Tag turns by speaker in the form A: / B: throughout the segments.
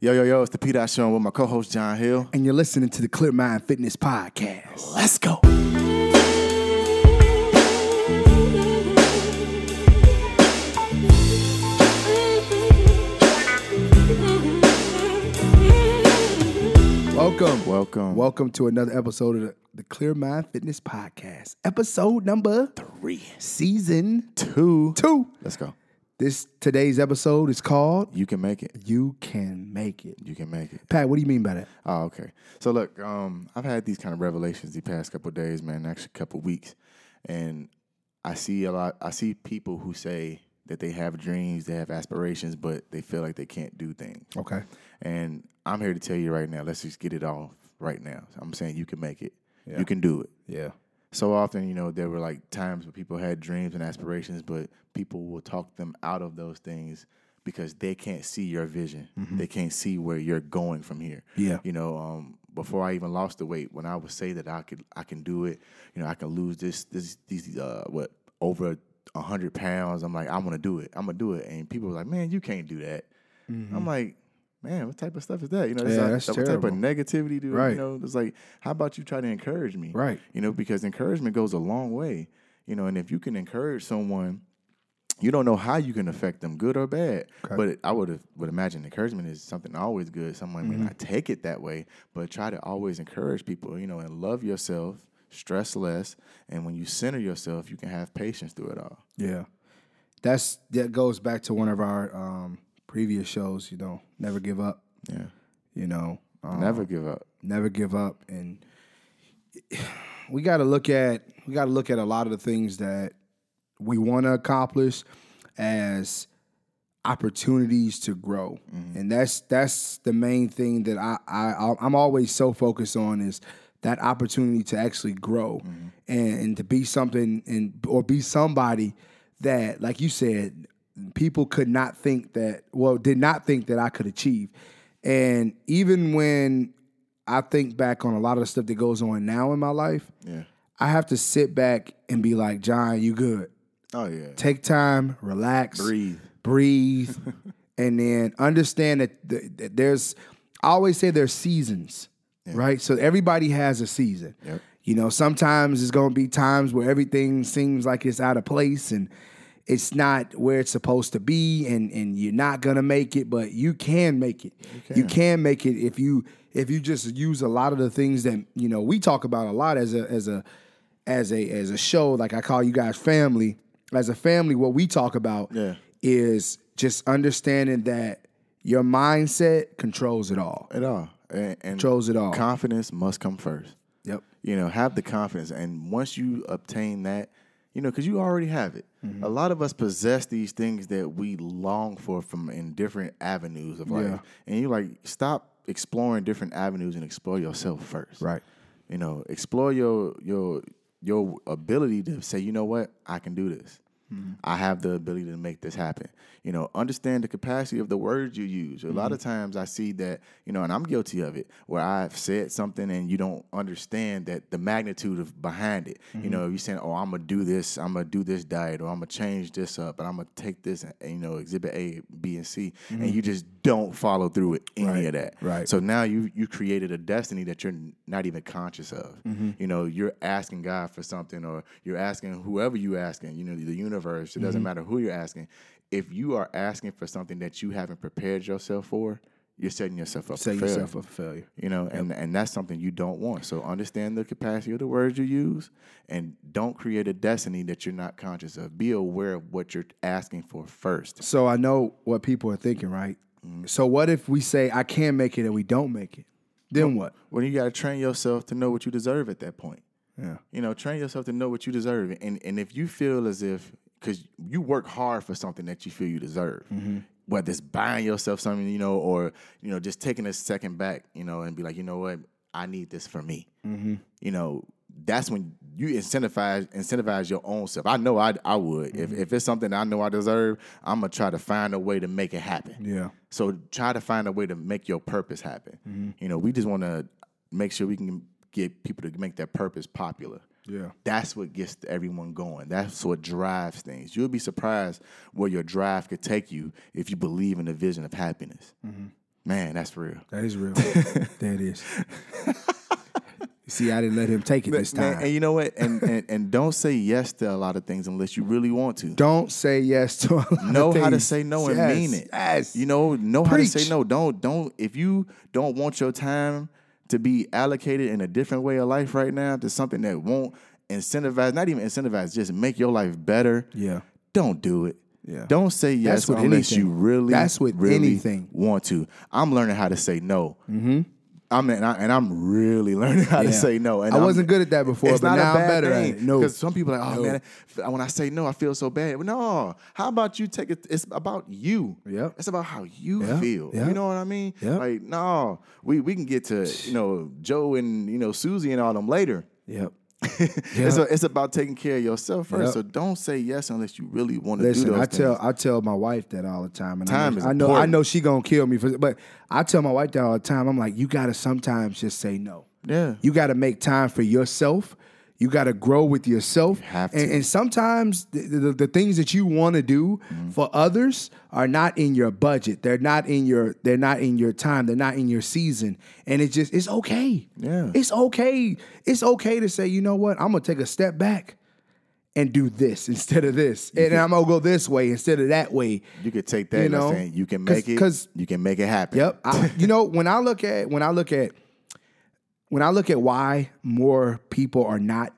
A: Yo, yo, yo, it's the P. Dot Show with my co host, John Hill.
B: and you're listening to the Clear Mind Fitness Podcast.
A: Let's go.
B: Welcome.
A: Welcome.
B: Welcome to another episode of the, the Clear Mind Fitness Podcast. Episode number three. Season
A: Two.
B: two.
A: Let's go.
B: This today's episode is called
A: You can make it.
B: You Can Make It.
A: You can make it.
B: Pat, what do you mean by that?
A: Oh, okay. So look, um, I've had these kind of revelations the past couple of days, man. Actually, couple of weeks, and I see a lot. I see people who say that they have dreams, they have aspirations, but they feel like they can't do things.
B: Okay.
A: And I'm here to tell you right now. Let's just get it off right now. I'm saying you can make it. You can do it.
B: Yeah.
A: So often, you know, there were like times when people had dreams and aspirations, but people will talk them out of those things because they can't see your vision. They can't see where you're going from here.
B: Mm-hmm. Yeah.
A: You know, um, before I even lost the weight, when I would say that I could, I can do it. You know, I can lose this, this, these, uh, what over a hundred pounds. I'm like, I'm gonna do it. I'm gonna do it. And people were like, man, you can't do that. I'm like. Man, what type of stuff is that? You know,
B: Mm-hmm. Yeah,
A: like-
B: that's
A: what type of
B: terrible.
A: negativity, dude.
B: Right.
A: You know, it's like, how about you try to encourage me?
B: Right.
A: You know, because encouragement goes a long way. You know, and if you can encourage someone, you don't know how you can affect them, good or bad. But it, I would have- would imagine encouragement is something always good. Someone
B: Mm-hmm.
A: may not take it that way, but try to always encourage people. You know, and love yourself, stress less, and when you center yourself, you can have patience through it all.
B: Yeah. That's that goes back to one of our um, previous shows, you know, never give up,
A: Yeah.
B: you know. Um,
A: Never give up.
B: never give up and we got to look at we got to look at a lot of the things that we want to accomplish as opportunities to grow and that's that's the main thing that I, I i'm always so focused on is that opportunity to actually grow and, and to be something and or be somebody that like you said people could not think that well did not think that i could achieve and even when i think back on a lot of the stuff that goes on now in my life
A: Yeah.
B: i have to sit back and be like john you good
A: Oh yeah.
B: take time relax
A: Breathe.
B: breathe, and then understand that, th- that there's. I always say there's seasons, right? So everybody has a season.
A: Yep.
B: You know, sometimes it's going to be times where everything seems like it's out of place and it's not where it's supposed to be, and and you're not gonna make it, but you can make it. You can make it if you if you just use a lot of the things that you know we talk about a lot as a as a as a as a show. Like I call you guys family. As a family, what we talk about
A: Yeah.
B: is just understanding that your mindset controls it all.
A: It all. And, and
B: Controls it all.
A: confidence must come first.
B: Yep.
A: you know have the confidence and once you obtain that you know because you already have it
B: Mm-hmm.
A: a lot of us possess these things that we long for from in different avenues of life
B: Yeah.
A: and you like stop exploring different avenues and explore yourself first
B: Right.
A: you know explore your your your ability to say you know what i can do this
B: Mm-hmm.
A: i have the ability to make this happen you know understand the capacity of the words you use a lot of
B: Mm-hmm.
A: times i see that you know and i'm guilty of it where i've said something and you don't understand that the magnitude of behind it you
B: Mm-hmm.
A: know you saying oh i'm gonna do this i'm gonna do this diet or i'm gonna change this up and i'm gonna take this and you know exhibit a b and c and you just don't follow through with any of that
B: Mm-hmm. right.
A: so so now you you created a destiny that you're n- not even conscious of.
B: Mm-hmm.
A: You know, you're asking God for something, or you're asking whoever you asking. You know, the universe. It
B: Mm-hmm.
A: doesn't matter who you're asking. If you are asking for something that you haven't prepared yourself for, you're setting yourself up.
B: Set
A: for failure.
B: yourself up for failure.
A: You know, and, and that's something you don't want. So understand the capacity of the words you use and don't create a destiny that you're not conscious of. Be aware of what you're asking for first.
B: So I know what people are thinking, right?
A: Mm-hmm.
B: So what if we say I can make it and we don't make it? Then what?
A: Well, you got to train yourself to know what you deserve at that point.
B: Yeah.
A: You know, train yourself to know what you deserve. And and if you feel as if because you work hard for something that you feel you deserve, whether it's buying yourself something, you know, or you know, just taking a second back, you know, and be like, you know what, I need this for me. You know, that's when you incentivize incentivize your own self. I know I I would if if it's something I know I deserve, I'm gonna try to find a way to make it happen.
B: Yeah.
A: So try to find a way to make your purpose happen. You know, we just want to make sure we can get people to make their purpose popular.
B: Yeah.
A: That's what gets everyone going. That's what drives things. You'll be surprised where your drive could take you if you believe in the vision of happiness. Man, that's real.
B: That is real. that is. See, I didn't let him take it this
A: Man,
B: time.
A: and you know what? And, and and don't say yes to a lot of things unless you really want to.
B: Don't say yes to a lot of
A: know how to
B: things.
A: say no and
B: Yes,
A: mean it.
B: Yes.
A: You know, know how to
B: Preach.
A: say no. Don't don't if you don't want your time to be allocated in a different way of life right now to something that won't incentivize, not even incentivize, just make your life better.
B: Yeah.
A: Don't do it.
B: Yeah.
A: Don't say yes
B: with
A: unless
B: anything.
A: you really
B: That's with
A: really
B: anything.
A: want to. I'm learning how to say no. Mm-hmm. I'm and, I, and I'm really learning how to
B: Yeah.
A: say no. And
B: I
A: I'm-
B: wasn't good at that before,
A: It's not
B: but now
A: a
B: I'm
A: bad
B: better at
A: thing.
B: it. No.
A: because some people are like, oh
B: No.
A: man, f- when I say no, I feel so bad. No, how about you take it? It's about you.
B: Yep.
A: It's about how you
B: Yep.
A: feel. You
B: Yep.
A: know what I mean?
B: Yep.
A: Like, no, we we can get to you know Joe and you know Susie and all them later.
B: Yep.
A: It's, a, it's about taking care of yourself first.
B: Yep.
A: So don't say yes unless you really want to do
B: Listen,
A: those
B: I
A: things.
B: tell I tell my wife that all the time, and I
A: Time
B: know,
A: is
B: I know I
A: important.
B: know she gonna kill me for, but I tell my wife that all the time. I'm like, you gotta sometimes just say no.
A: Yeah.
B: you gotta make time for yourself. You gotta grow with yourself.
A: have
B: And,
A: to.
B: and sometimes the, the, the things that you want to do
A: Mm-hmm.
B: for others are not in your budget. They're not in your. They're not in your time. They're not in your season. And it's just it's okay.
A: Yeah.
B: it's okay. It's okay to say, you know what? I'm gonna take a step back and do this instead of this, and I'm gonna go this way instead of that way.
A: You could take that.
B: You
A: You know,
B: know,
A: saying you can
B: 'cause-
A: make it.
B: 'cause-
A: you can make it happen.
B: Yep. I, you know, when I look at when I look at when I look at why more people are not,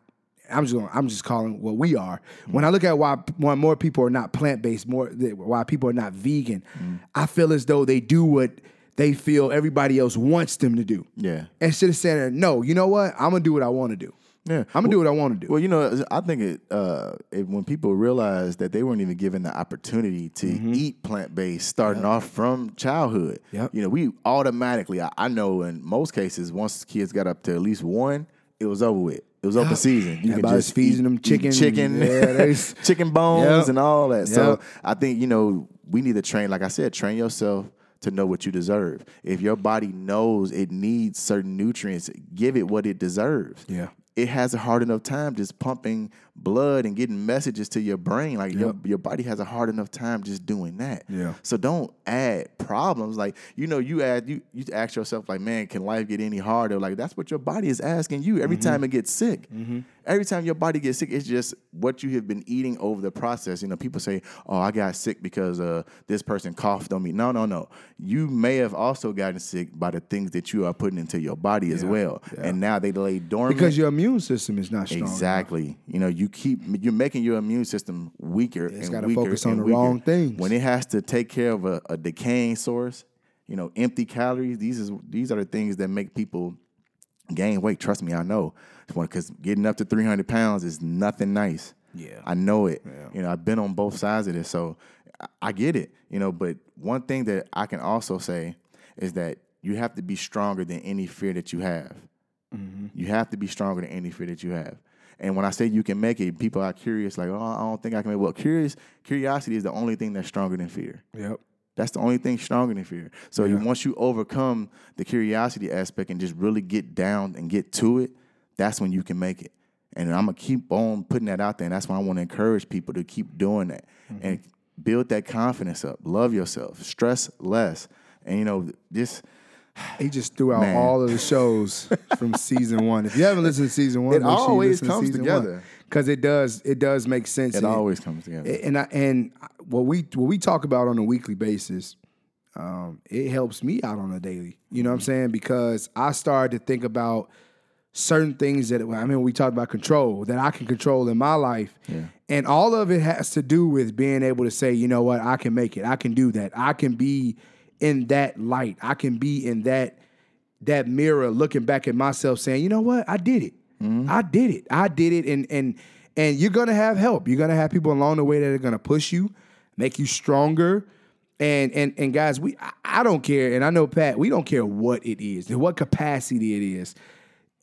B: I'm just gonna, I'm just calling what we are.
A: Mm.
B: When I look at why why more people are not plant based, more that- why people are not vegan,
A: Mm.
B: I feel as though they do what they feel everybody else wants them to do.
A: Yeah.
B: Instead of saying, "No, you know what? I'm gonna do what I want to do.
A: Yeah.
B: I'm gonna do what I want to do."
A: Well, you know, I think it, uh, it when people realize that they weren't even given the opportunity to eat plant based starting off from childhood.
B: Mm-hmm. Yep.
A: You know, we automatically, I, I know in most cases, once kids got up to at least one, it was over with. It was open season. You
B: Everybody's feeding them chicken.
A: chicken,
B: Yeah, they s-
A: chicken bones,
B: Yep.
A: and all that. So
B: Yep.
A: I think you know we need to train. Like I said, train yourself to know what you deserve. If your body knows it needs certain nutrients, give it what it deserves
B: Yeah.
A: it has a hard enough time just pumping blood and getting messages to your brain. Like your, your body has a hard enough time just doing that.
B: Yeah.
A: So don't add problems. Like, you know, you add you you ask yourself, like, man, can life get any harder? Like that's what your body is asking you every
B: Mm-hmm.
A: time it gets sick. Every time your body gets sick, it's just what you have been eating over the process. You know, people say, Oh, I got sick because uh this person coughed on me. No, no, no. You may have also gotten sick by the things that you are putting into your body as well. And now they lay dormant.
B: Because your immune system is not strong.
A: Exactly. You know, you keep you're making your immune system weaker and
B: gotta
A: weaker
B: focus on
A: and
B: the
A: weaker.
B: wrong things.
A: When it has to take care of a, a decaying source, you know, empty calories. These is these are the things that make people gain weight. Trust me, I know. Because getting up to 300 pounds is nothing nice.
B: Yeah.
A: I know it. You know, I've been on both sides of this, so I- I get it. You know, but one thing that I can also say is that you have to be stronger than any fear that you have.
B: Mm-hmm.
A: You have to be stronger than any fear that you have. And when I say you can make it, people are curious, like, oh, I don't think I can make it. Well, curious, curiosity is the only thing that's stronger than fear.
B: Yep.
A: That's the only thing stronger than fear. So you, once you overcome the curiosity aspect and just really get down and get to it, that's when you can make it. And I'm gonna keep on putting that out there, and that's why I want to encourage people to keep doing that
B: Mm-hmm.
A: and build that confidence up. Love yourself, stress less, and you know this.
B: He just threw out
A: Man.
B: all of the shows from season one. If you haven't listened to season one,
A: It
B: make sure you
A: always
B: listen to
A: comes
B: season
A: together.
B: because it does. It does make sense.
A: It
B: and
A: always comes together.
B: and I, and what we what we talk about on a weekly basis, um, it helps me out on a daily. You
A: Mm-hmm.
B: know what I'm saying? Because I started to think about certain things that I mean we talked about control that I can control in my life. And all of it has to do with being able to say, you know what, I can make it. I can do that. I can be in that light. I can be in that that mirror looking back at myself saying, you know what? I did it. I did it. I did it. And and and you're gonna have help. You're gonna have people along the way that are gonna push you, make you stronger. And and and guys, we I, I don't care, and I know Pat, we don't care what it is, in what capacity it is.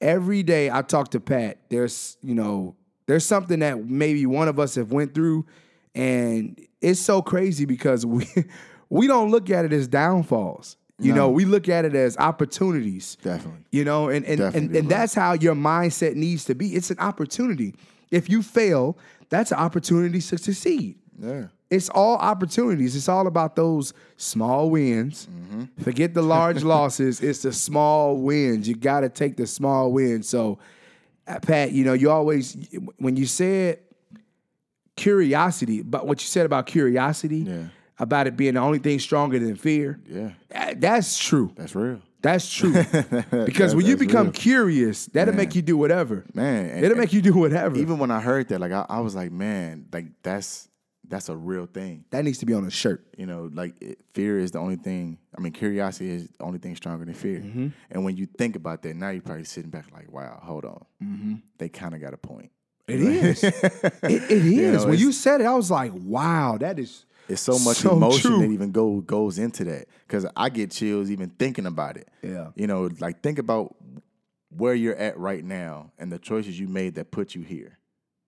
B: Every day I talk to Pat, there's you know, there's something that maybe one of us have went through, and it's so crazy because we we don't look at it as downfalls. You know, we look at it as opportunities.
A: Definitely.
B: You know, and and, and,
A: Definitely,
B: and
A: bro.
B: that's how your mindset needs to be. It's an opportunity. If you fail, that's an opportunity to succeed.
A: yeah.
B: It's all opportunities. It's all about those small wins.
A: Mm-hmm.
B: Forget the large losses. It's the small wins. You got to take the small wins. So, uh, Pat, you know, you always, when you said curiosity, but what you said about curiosity,
A: Yeah.
B: about it being the only thing stronger than fear,
A: Yeah,
B: uh, that's true.
A: that's real.
B: That's true. because when you
A: that's
B: become
A: real.
B: curious, that'll make you do whatever.
A: Man, and-
B: It'll make you do whatever.
A: even when I heard that, like I, I was like, man, like that's that's a real thing.
B: that needs to be on a shirt.
A: You know, like it, fear is the only thing. I mean, curiosity is the only thing stronger than fear.
B: Mm-hmm.
A: And when you think about that, now you're probably sitting back like, wow, hold on, they kind of got a point.
B: Mm-hmm. It is. it, it is.
A: know,
B: when
A: it's-
B: you said it, I was like, wow, that is.
A: It's so much
B: So
A: emotion
B: true.
A: that even go goes into that because I get chills even thinking about it.
B: Yeah.
A: you know, like think about where you're at right now and the choices you made that put you here.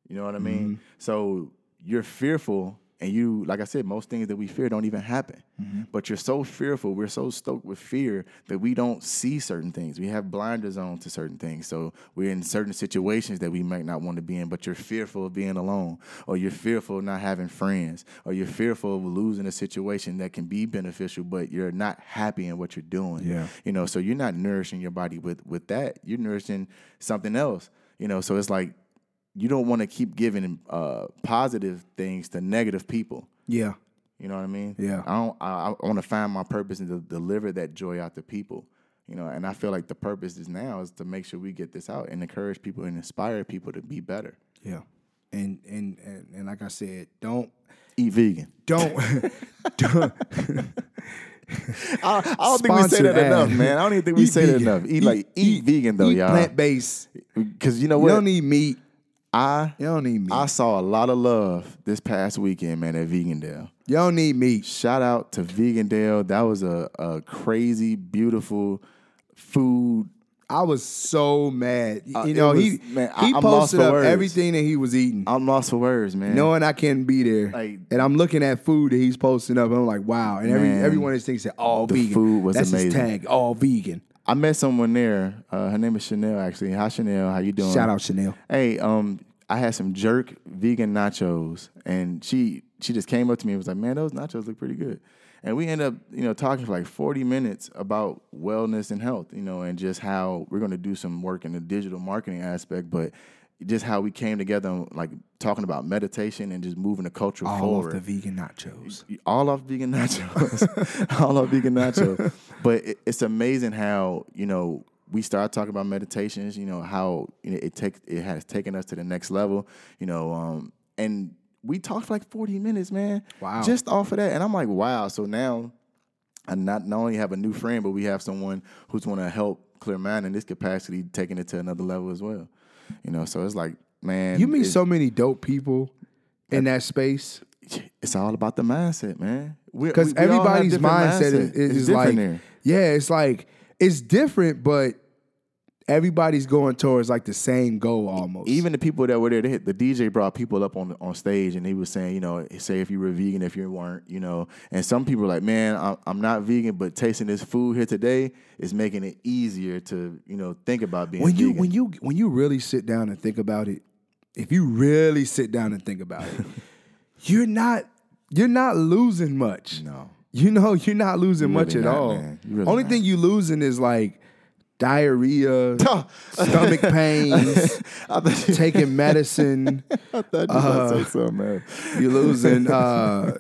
A: You know what I mean?
B: Mm-hmm.
A: So you're fearful, and you, like I said, most things that we fear don't even happen.
B: Mm-hmm.
A: But you're so fearful, we're so stoked with fear that we don't see certain things. We have blinders on to certain things. So we're in certain situations that we might not want to be in, but you're fearful of being alone, or you're fearful of not having friends, or you're fearful of losing a situation that can be beneficial, but you're not happy in what you're doing
B: Yeah.
A: you know so you're not nourishing your body with with that you're nourishing something else you know so it's like you don't want to keep giving uh positive things to negative people
B: Yeah.
A: you know what i mean
B: Yeah.
A: i don't i, I want to find my purpose and to deliver that joy out to people you know and i feel like the purpose is now is to make sure we get this out and encourage people and inspire people to be better
B: Yeah. And and and, and like I said, don't
A: eat vegan
B: don't don't
A: i, I don't think we say
B: Sponsored
A: that enough
B: ad.
A: man i don't even think we
B: Eat
A: say
B: vegan.
A: that enough eat like eat, vegan though
B: eat
A: y'all
B: Plant based. You
A: because you know what
B: don't need meat.
A: i
B: You don't need meat.
A: I saw a lot of love this past weekend, man, at Vegandale.
B: you don't need meat.
A: Shout out to Vegandale. That was a, a crazy, beautiful food.
B: I was so mad. You
A: Uh, it
B: know,
A: was-
B: he
A: man, I-
B: he
A: I'm lost
B: posted
A: for
B: up
A: words.
B: everything that he was eating.
A: I'm lost for words, man.
B: knowing I can't be there.
A: Like-
B: and I'm looking at food that he's posting up. And I'm like, wow. And every
A: Man,
B: every one of his things said all
A: the
B: vegan.
A: food was
B: That's his
A: amazing.
B: tag, all vegan.
A: I met someone there. Uh, her name is Chanel, actually. Hi, Chanel. How you doing?
B: Shout out Chanel.
A: Hey, um, I had some jerk vegan nachos, and she she just came up to me and was like, "Man, those nachos look pretty good." And we end up, you know, talking for like forty minutes about wellness and health, you know, and just how we're going to do some work in the digital marketing aspect, but just how we came together, and like talking about meditation and just moving the culture
B: All
A: forward
B: of the vegan nachos.
A: all off vegan nachos, all off vegan nachos. But it, it's amazing how you know we start talking about meditations. You know how you know, it take it has taken us to the next level. You know, um, and we talked for like forty minutes, man.
B: Wow.
A: Just off of that, and I'm like, wow. So now and not not only have a new friend, but we have someone who's going to help Clear Mind in this capacity, taking it to another level as well. You know, so it's like, man,
B: You meet
A: it's-
B: so many dope people in that space
A: it's all about the mindset, man.
B: because everybody's mindset, is, is like, yeah, it's like it's different, but everybody's going towards like the same goal almost.
A: even the people that were there. They, hit- the DJ brought people up on on stage, and he was saying, you know, say if you were vegan, if you weren't, you know. And some people were like, man, I'm, I'm not vegan, but tasting this food here today is making it easier to, you know, think about being
B: when you
A: vegan.
B: when you when you really sit down and think about it, if you really sit down and think about it, you're not you're not losing much.
A: no,
B: You know, you're not losing much
A: really
B: at
A: not,
B: all.
A: man. You really
B: Only
A: not.
B: thing you losing is like diarrhea, stomach pains,
A: I thought you,
B: taking medicine.
A: I thought you were
B: Uh-huh.
A: gonna say something, man.
B: You're losing uh,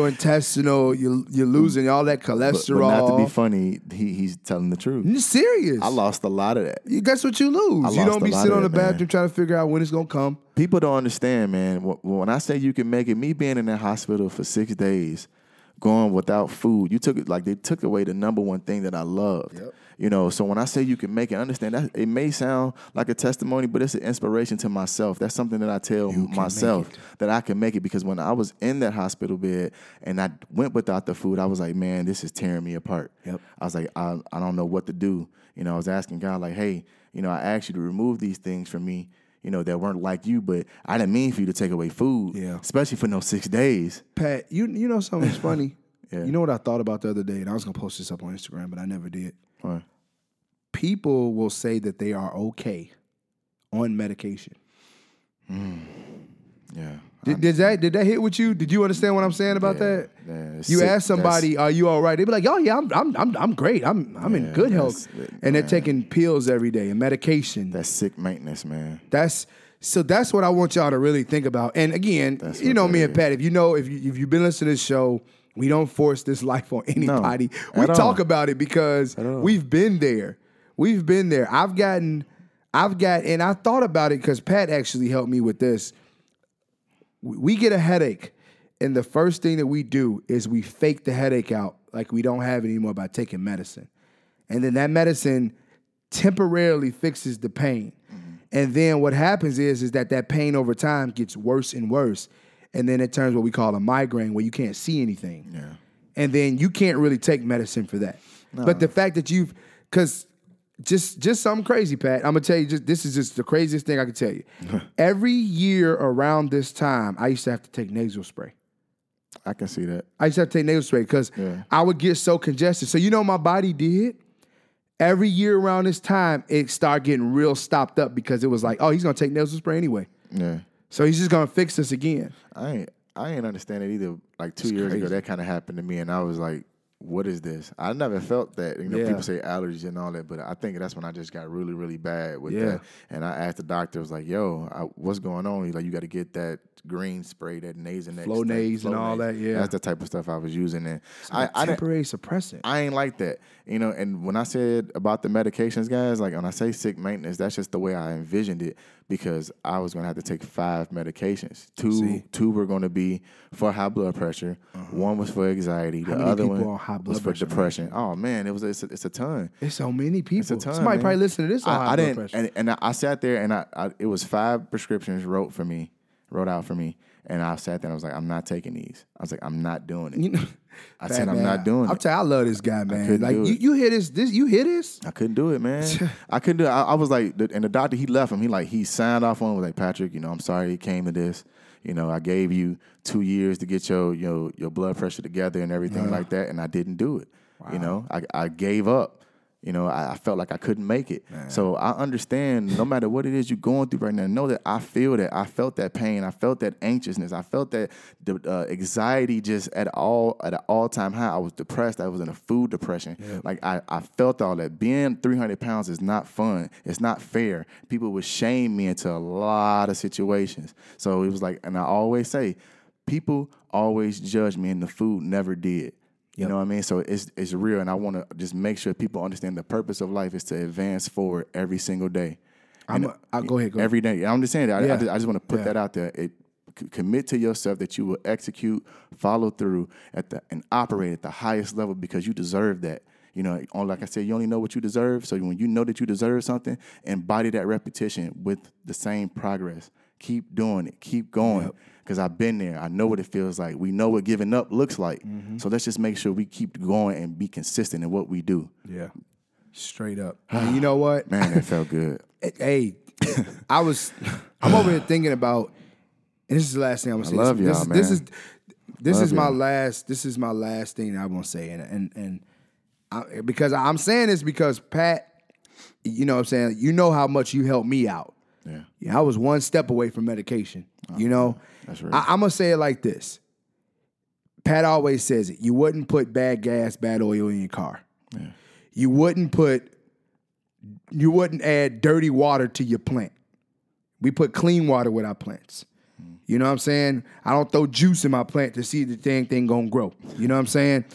B: gastrointestinal. You you're losing all that
A: But, but not to be
B: cholesterol.
A: funny, he, he's telling the truth.
B: You're serious.
A: I lost a lot of that.
B: you, that's what you lose. you
A: lost
B: don't
A: a
B: be
A: lot
B: sitting
A: of
B: on the
A: that, man.
B: bathroom trying to figure out when it's gonna come.
A: People don't understand, man. Wh- When I say you can make it, me being in that hospital for six days, going without food, you took it like they took away the number one thing that I loved. You know, so when I say you can make it, understand that it may sound like a testimony, but it's an inspiration to myself. That's something that I tell myself that I can make it because when I was in that hospital bed and I went without the food, I was like, man, this is tearing me apart.
B: Yep.
A: I was like, I, I don't know what to do. You know, I was asking God, like, hey, you know, I asked you to remove these things from me, you know, that weren't like you, but I didn't mean for you to take away food,
B: Yeah.
A: especially for no six days.
B: Pat, you you know something's funny.
A: Yeah.
B: You know what I thought about the other day, and I was gonna post this up on Instagram, but I never did.
A: Right.
B: People will say that they are okay on medication.
A: Yeah,
B: Did, did that did that hit with you? Did you understand what I'm saying about
A: Yeah,
B: that?
A: yeah, it's
B: you
A: sick.
B: ask somebody, "Are you all right?" They be like, "Oh yeah, I'm I'm I'm, I'm great. I'm I'm in
A: Yeah,
B: good health."
A: that's-
B: And they're taking pills every day and medication.
A: That's sick maintenance, man.
B: That's so that's what I want y'all to really think about. And again,
A: That's
B: you
A: what
B: know
A: that
B: me and
A: is.
B: Pat, if you know if you if you've been listening to this show, we don't force this life on anybody. we
A: at all.
B: talk about it because we've been there. We've been there. I've gotten I've got and I thought about it cuz Pat actually helped me with this. We- We get a headache and the first thing that we do is we fake the headache out like we don't have it anymore by taking medicine. And then that medicine temporarily fixes the pain. And then what happens is is that that pain over time gets worse and worse. And then it turns what we call a migraine where you can't see anything.
A: Yeah.
B: And then you can't really take medicine for that. But the fact that you've cuz just just something crazy, Pat. I'm gonna tell you just this is just the craziest thing I can tell you. Every year around this time, I used to have to take nasal spray.
A: I can see that.
B: I used to have to take nasal spray because
A: Yeah.
B: I would get so congested. So you know what my body did? Every year around this time, it started getting real stopped up because it was like, oh, he's gonna take nasal spray anyway.
A: Yeah.
B: So he's just gonna fix this again.
A: I ain't I ain't understand it either. Like two years ago, that kind of happened to me, and I was like, "What is this?" I never felt that. You know,
B: Yeah.
A: people say allergies and all that, but I think that's when I just got really, really bad with
B: Yeah.
A: that. And I asked the doctor, I was like, "Yo, I, what's going on?" He's like, "You got to get that green spray, that Nasonex,
B: Flonase
A: thing,
B: and all
A: Flonase."
B: that, yeah.
A: that's the type of stuff I was using, and I, I didn't-
B: temporary suppressant.
A: I ain't like that, you know. And when I said about the medications, guys, like when I say sick maintenance, that's just the way I envisioned it because I was gonna have to take five medications. Two, two were gonna be for high blood pressure. One was for anxiety. the
B: Uh-huh. many
A: other
B: people
A: one
B: on high blood
A: was for
B: pressure, man?
A: depression. Oh man, it was it's a, it's a ton.
B: There's so many people.
A: It's a ton.
B: Somebody
A: man.
B: probably listened to this. On
A: I,
B: high
A: I
B: blood
A: didn't,
B: pressure.
A: and, and I, I sat there and I, I it was five prescriptions wrote for me, wrote out for me, and I sat there and I was like, I'm not taking these. I was like, I'm not doing it.
B: You know,
A: I
B: Pat,
A: said, I'm
B: man,
A: not doing
B: I'm
A: it.
B: telling you, I love this guy, man.
A: couldn't
B: Like
A: do
B: you,
A: it.
B: you hear this? This you hear this?
A: I couldn't do it, man. I couldn't do it. I, I was like, the- and the doctor, he left him. He like, he signed off on it. was like, Patrick, you know, I'm sorry it came to this. You know, I gave you two years to get your your your blood pressure together and everything like that, and I didn't do it. You know, I, I gave up. You know, I, I felt like I couldn't make it. So I understand no matter what it is you're going through right now, know that I feel that. I felt that pain. I felt that anxiousness. I felt that the uh, anxiety just at all at an all time high. I was depressed. I was in a food depression. Like I, I felt all that. Being 300 pounds is not fun. It's not fair. People would shame me into a lot of situations. So it was like, and I always say, people always judge me, and the food never did. You know what I mean? So it's it's real, and I want to just make sure people understand the purpose of life is to advance forward every single day.
B: I'm. A, I'll go ahead. Go ahead.
A: Every day. I'm just saying that. I- I,
B: Yeah.
A: just, want to put
B: Yeah.
A: that out there. It, c- commit to yourself that you will execute, follow through at the and operate at the highest level because you deserve that. You know, on like I said, you only know what you deserve. So when you know that you deserve something, embody that repetition with the same progress. Keep doing it. Keep going. Because I've been there. I know what it feels like. We know what giving up looks like.
B: Mm-hmm.
A: So let's just make sure we keep going and be consistent in what we do.
B: yeah. Straight up. And you know what?
A: Man, that felt good.
B: hey, I was I'm over here thinking about and this is the last thing I'm gonna say.
A: love
B: this,
A: y'all,
B: this, is
A: man.
B: this
A: Love
B: is my
A: y'all.
B: last this is my last thing that I'm gonna say. And and and I, because I'm saying this because Pat, you know what I'm saying, you know how much you helped me out.
A: Yeah. Oh,
B: Yeah, I was one step away from medication. you know,
A: that's real.
B: I, I'm gonna say it like this. Pat always says it. You wouldn't put bad gas, bad oil in your car. You wouldn't put. You wouldn't add dirty water to your plant. We put clean water with our plants. You know what I'm saying? I don't throw juice in my plant to see if the dang thing gonna grow. You know what I'm saying?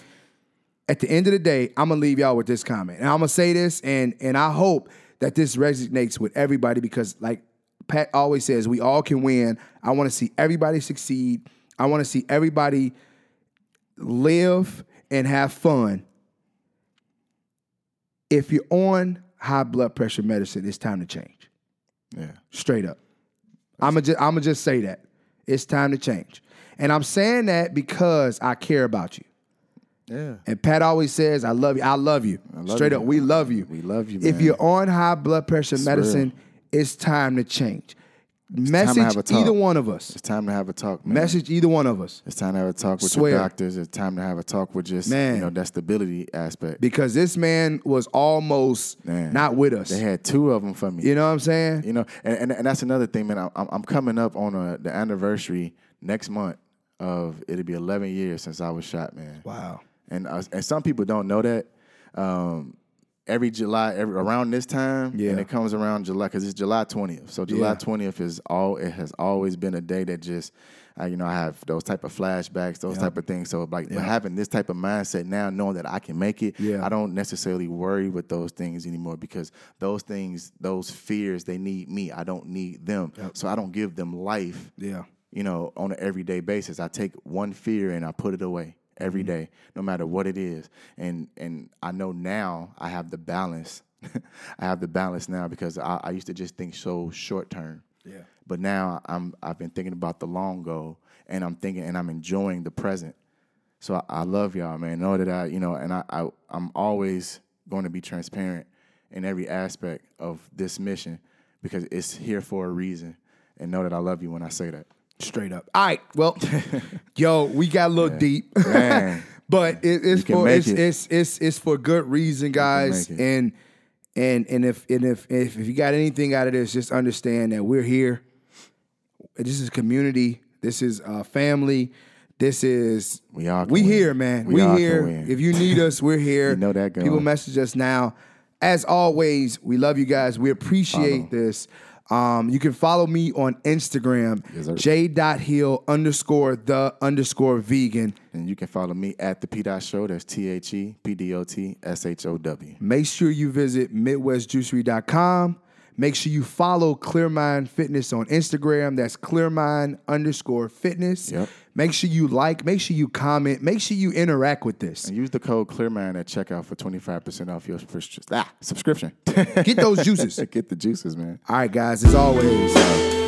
B: at the end of the day, I'm gonna leave y'all with this comment, and I'm gonna say this, and and I hope that this resonates with everybody because, like Pat always says, we all can win. I want to see everybody succeed. I want to see everybody live and have fun. If you're on high blood pressure medicine, it's time to change.
A: Yeah.
B: Straight up. I'm gonna I'm gonna just say that it's time to change, and I'm saying that because I care about you.
A: Yeah.
B: And Pat always says, I love you. I love you.
A: love
B: Straight
A: you.
B: up, we love you.
A: We love you,
B: If
A: man.
B: you're on high blood pressure medicine, it's time to change.
A: to have
B: Message
A: a talk.
B: either one of us.
A: It's time to have a talk, man.
B: Message either one of us.
A: It's time to have a talk with
B: Swear.
A: your doctors. It's time to have a talk with just
B: Man.
A: you know that stability aspect.
B: Because this man was almost
A: Man.
B: not with us.
A: They had two of them for me.
B: You know what I'm saying?
A: You know, and, and, and that's another thing, man. I- I'm, I'm coming up on a, the anniversary next month of it'll be 11 years since I was shot, man.
B: Wow.
A: And I, and some people don't know that. Um, every July, every around this time,
B: Yeah.
A: and it comes around July because it's July 20th. So July
B: Yeah.
A: 20th is all. It has always been a day that just, I, you know, I have those type of flashbacks, those type of things. So like but having this type of mindset now, knowing that I can make it,
B: Yeah.
A: I don't necessarily worry with those things anymore because those things, those fears, they need me. I don't need them. So I don't give them life
B: Yeah.
A: you know, on an everyday basis. I take one fear and I put it away every day, no matter what it is. And and I know now I have the balance. I have the balance now because I, I used to just think so short term.
B: Yeah.
A: But now I'm I've been thinking about the long goal and I'm thinking and I'm enjoying the present. So I, I love y'all, man. Know that I, you know, and I, I I'm always going to be transparent in every aspect of this mission because it's here for a reason. And know that I love you when I say that.
B: Straight up. All right. Well, yo, we got a little deep.
A: Man.
B: but it, it's
A: can
B: for
A: make
B: it's,
A: it.
B: it's it's it's for good reason, guys.
A: make it.
B: And and and if and if, if if you got anything out of this, just understand that we're here. This is community. This is uh, family. This is
A: We all can
B: we
A: win.
B: here, man.
A: We
B: We,
A: all can
B: here.
A: win.
B: If you need us, we're here.
A: You know that going.
B: People message us now. As always, we love you guys. We appreciate this. Um, you can follow me on Instagram,
A: Yes, sir.
B: j.hill underscore the underscore vegan.
A: And you can follow me at the P Dot Show. That's T H E P D O T S H O W.
B: Make sure you visit MidwestJuicery.com. Make sure you follow Clearmind Fitness on Instagram. That's Clearmind underscore fitness.
A: Yep.
B: Make sure you like, make sure you comment, make sure you interact with this.
A: And use the code ClearMind at checkout for 25% off your pres- ah, subscription.
B: Get those juices.
A: Get the juices, man.
B: All right, guys, as always,